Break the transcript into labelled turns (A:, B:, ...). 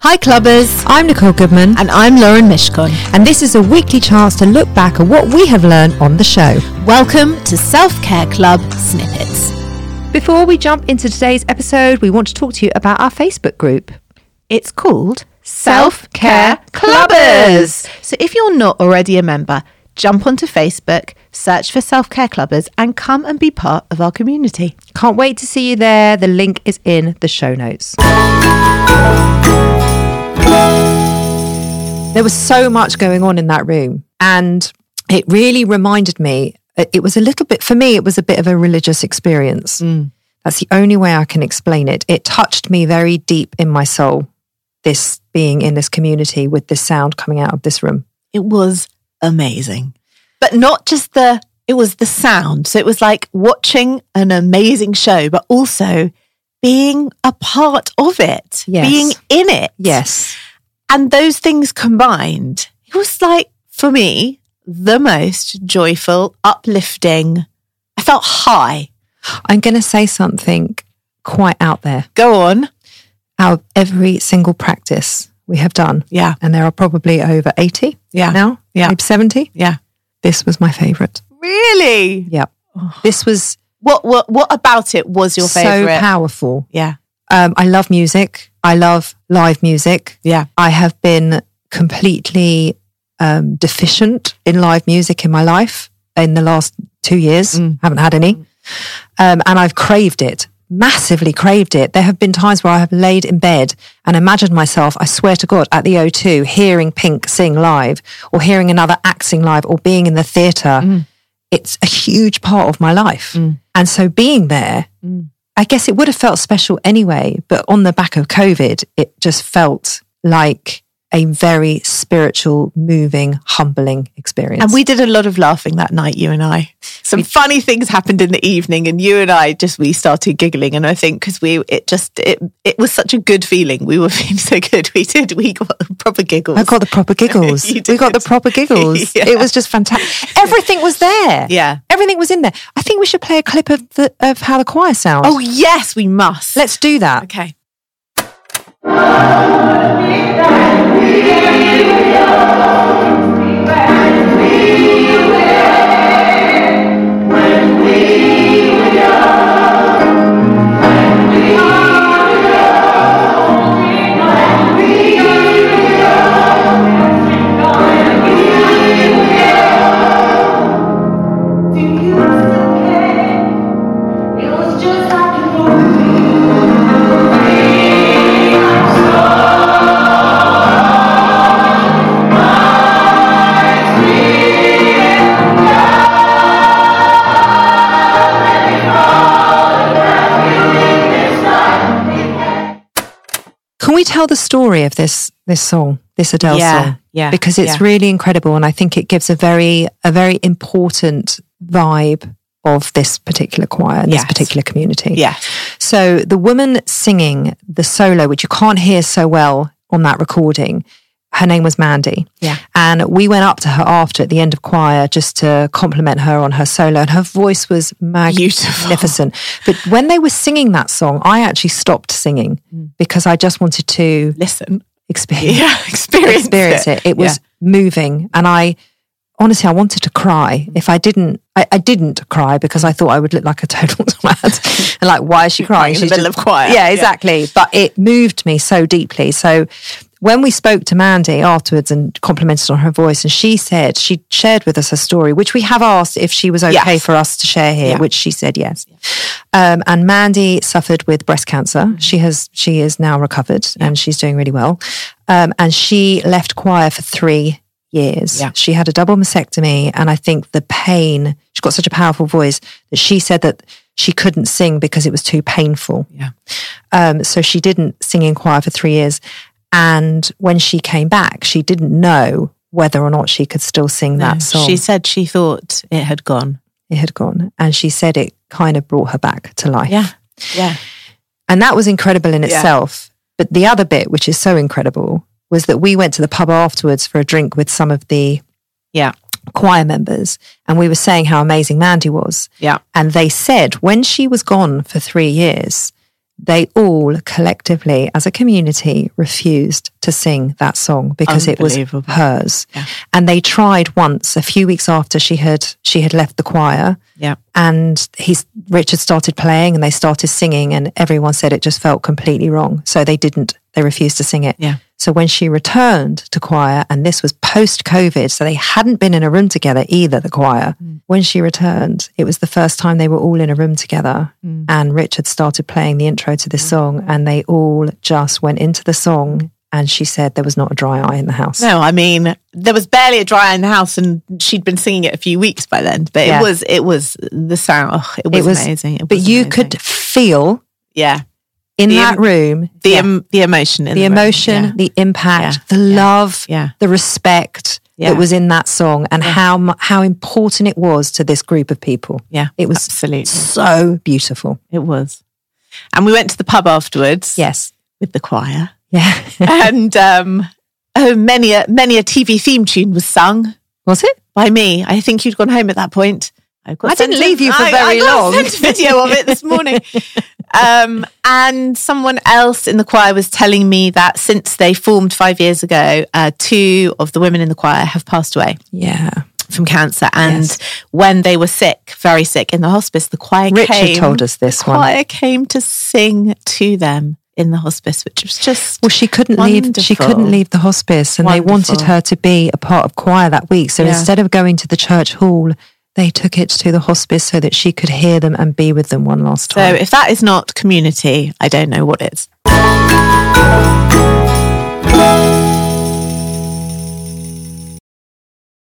A: Hi, clubbers.
B: I'm Nicole Goodman.
A: And I'm Lauren Mishkon.
B: And this is a weekly chance to look back at what we have learned on the show.
A: Welcome to Self Care Club Snippets.
B: Before we jump into today's episode, we want to talk to you about our Facebook group. It's called
A: Self Care Clubbers. So if you're not already a member, jump onto Facebook, search for Self Care Clubbers, and come and be part of our community.
B: Can't wait to see you there. The link is in the show notes. There was so much going on in that room, and it really reminded me. uh, it- It was a little bit, for me, it was a bit of a religious experience. That's the only way I can explain it. It touched me very deep in my soul, this being in this community with this sound coming out of this room.
A: It was amazing. But not just the, it was the sound. So it was like watching an amazing show, but also being a part of it,
B: Yes.
A: being in it.
B: Yes.
A: And those things combined, it was like, for me, the most joyful, uplifting. I felt high.
B: I'm going to say something quite out there.
A: Go on.
B: Out of every single practice we have done,
A: Yeah.
B: and there are probably over 80
A: Yeah.
B: now,
A: Yeah.
B: maybe 70,
A: Yeah.
B: this was my favorite.
A: Really?
B: Yep. This was
A: What what what about it was your favorite?
B: so powerful.
A: yeah.
B: Um, I love music. I love live music.
A: Yeah.
B: I have been completely um, deficient in live music in my life in the last two years.
A: Mm.
B: Haven't had any. Um, and I've craved it, massively craved it. There have been times where I have laid in bed and imagined myself, I swear to God, at the O2, hearing Pink sing live or hearing another act sing live or being in the theatre.
A: Mm.
B: It's a huge part of my life. And so being there,
A: Mm.
B: I guess it would have felt special anyway, but on the back of COVID, it just felt like a very spiritual, moving, humbling experience.
A: And we did a lot of laughing that night, you and I. Some funny things happened in the evening, and you and I just we started giggling. And I think because we it just it it was such a good feeling. We were feeling so good. We did we got proper giggles.
B: I got the proper giggles.
A: You
B: we got the
A: did.
B: proper giggles.
A: Yeah.
B: It was just fantastic. Everything was there.
A: Yeah.
B: Everything was in there. I think we should play a clip of the of how the choir sounds.
A: oh yes, we must.
B: let's do that.
A: okay.
C: It was just like you wanted me.
B: Can we tell the story of this this song, this Adele
A: Yeah,
B: song?
A: yeah,
B: Because it's
A: yeah.
B: really incredible and I think it gives a very a very important vibe of this particular choir, this
A: Yes.
B: particular community.
A: Yes.
B: So the woman singing the solo, which you can't hear so well on that recording, her name was Mandy.
A: Yeah.
B: And we went up to her after at the end of choir just to compliment her on her solo. And her voice was magnificent. But when they were singing that song, I actually stopped singing
A: Mm.
B: because I just wanted to
A: Listen.
B: experience,
A: Yeah. Experience,
B: experience it. It was moving. And I honestly, I wanted to cry.
A: Mm.
B: If I didn't, I, I didn't cry because I thought I would look like a total mad. and like, why is she crying?
A: in the
B: She's
A: middle of choir.
B: Yeah,
A: Yeah.
B: exactly. But it moved me so deeply. So when we spoke to Mandy afterwards and complimented on her voice, and she said she shared with us her story, which we have asked if she was okay
A: Yes.
B: for us to share here,
A: Yeah.
B: which she said yes. Um, and Mandy suffered with breast cancer.
A: Mm.
B: She has she is now recovered and she's doing really well. Um, and she left choir for three years.
A: Yeah.
B: She had a double mastectomy, and I think the pain. She got such a powerful voice that she said that she couldn't sing because it was too painful.
A: Yeah.
B: Um, so she didn't sing in choir for three years. And when she came back, she didn't know whether or not she could still sing
A: No,
B: that song.
A: She said she thought it had gone.
B: it had gone. And she said it kind of brought her back to life.
A: Yeah. Yeah.
B: And that was incredible in itself. But the other bit, which is so incredible, was that we went to the pub afterwards for a drink with some of the
A: Yeah.
B: choir members and we were saying how amazing Mandy was.
A: Yeah.
B: And they said when she was gone for three years, they all collectively, as a community, refused to sing that song because it was
A: Unbelievable.
B: hers.
A: Yeah.
B: And they tried once a few weeks after she had she had left the choir
A: Yeah.
B: and he's Richard started playing and they started singing and everyone said it just felt completely wrong. So they didn't they refused to sing it.
A: Yeah.
B: So when she returned to choir and this was post COVID, so they hadn't been in a room together either, the choir.
A: Mm.
B: When she returned, it was the first time they were all in a room together
A: Mm.
B: and Richard started playing the intro to this song and they all just went into the song and she said there was not a dry eye in the house.
A: No, I mean there was barely a dry eye in the house, and she'd been singing it a few weeks by then. But
B: Yeah.
A: it was it was the sound. oh, it, was amazing. It
B: but
A: was
B: you
A: amazing.
B: could feel
A: yeah
B: in
A: The
B: that
A: em-
B: room
A: the
B: Yeah.
A: em- the emotion in
B: the
A: room.
B: emotion,
A: Yeah.
B: the impact, the love,
A: Yeah.
B: the respect
A: Yeah.
B: that was in that song, and how mu- how important it was to this group of people.
A: Yeah,
B: it was
A: absolutely.
B: so beautiful.
A: It was, and we went to the pub afterwards.
B: Yes,
A: with the choir,
B: yeah,
A: and um, oh, many a many a TV theme tune was sung
B: was it?
A: by me. I think you'd gone home at that point. I, got
B: I didn't
A: sent a-
B: leave you for
A: I-
B: very
A: I got
B: long.
A: sent a video of it this morning. um, and someone else in the choir was telling me that since they formed five years ago, uh, two of the women in the choir have passed away
B: Yeah,
A: from cancer. And
B: Yes.
A: when they were sick, very sick in the hospice, the choir
B: Richard
A: came,
B: told us this one.
A: choir came to sing to them in the hospice, which was just
B: Well, she couldn't leave. She
A: Wonderful.
B: couldn't leave the hospice, and they wanted
A: Wonderful.
B: her to be a part of choir that week. So
A: Yeah.
B: instead of going to the church hall, they took it to the hospice so that she could hear them and be with them one last
A: so.
B: time.
A: If that is not community, I don't know what is.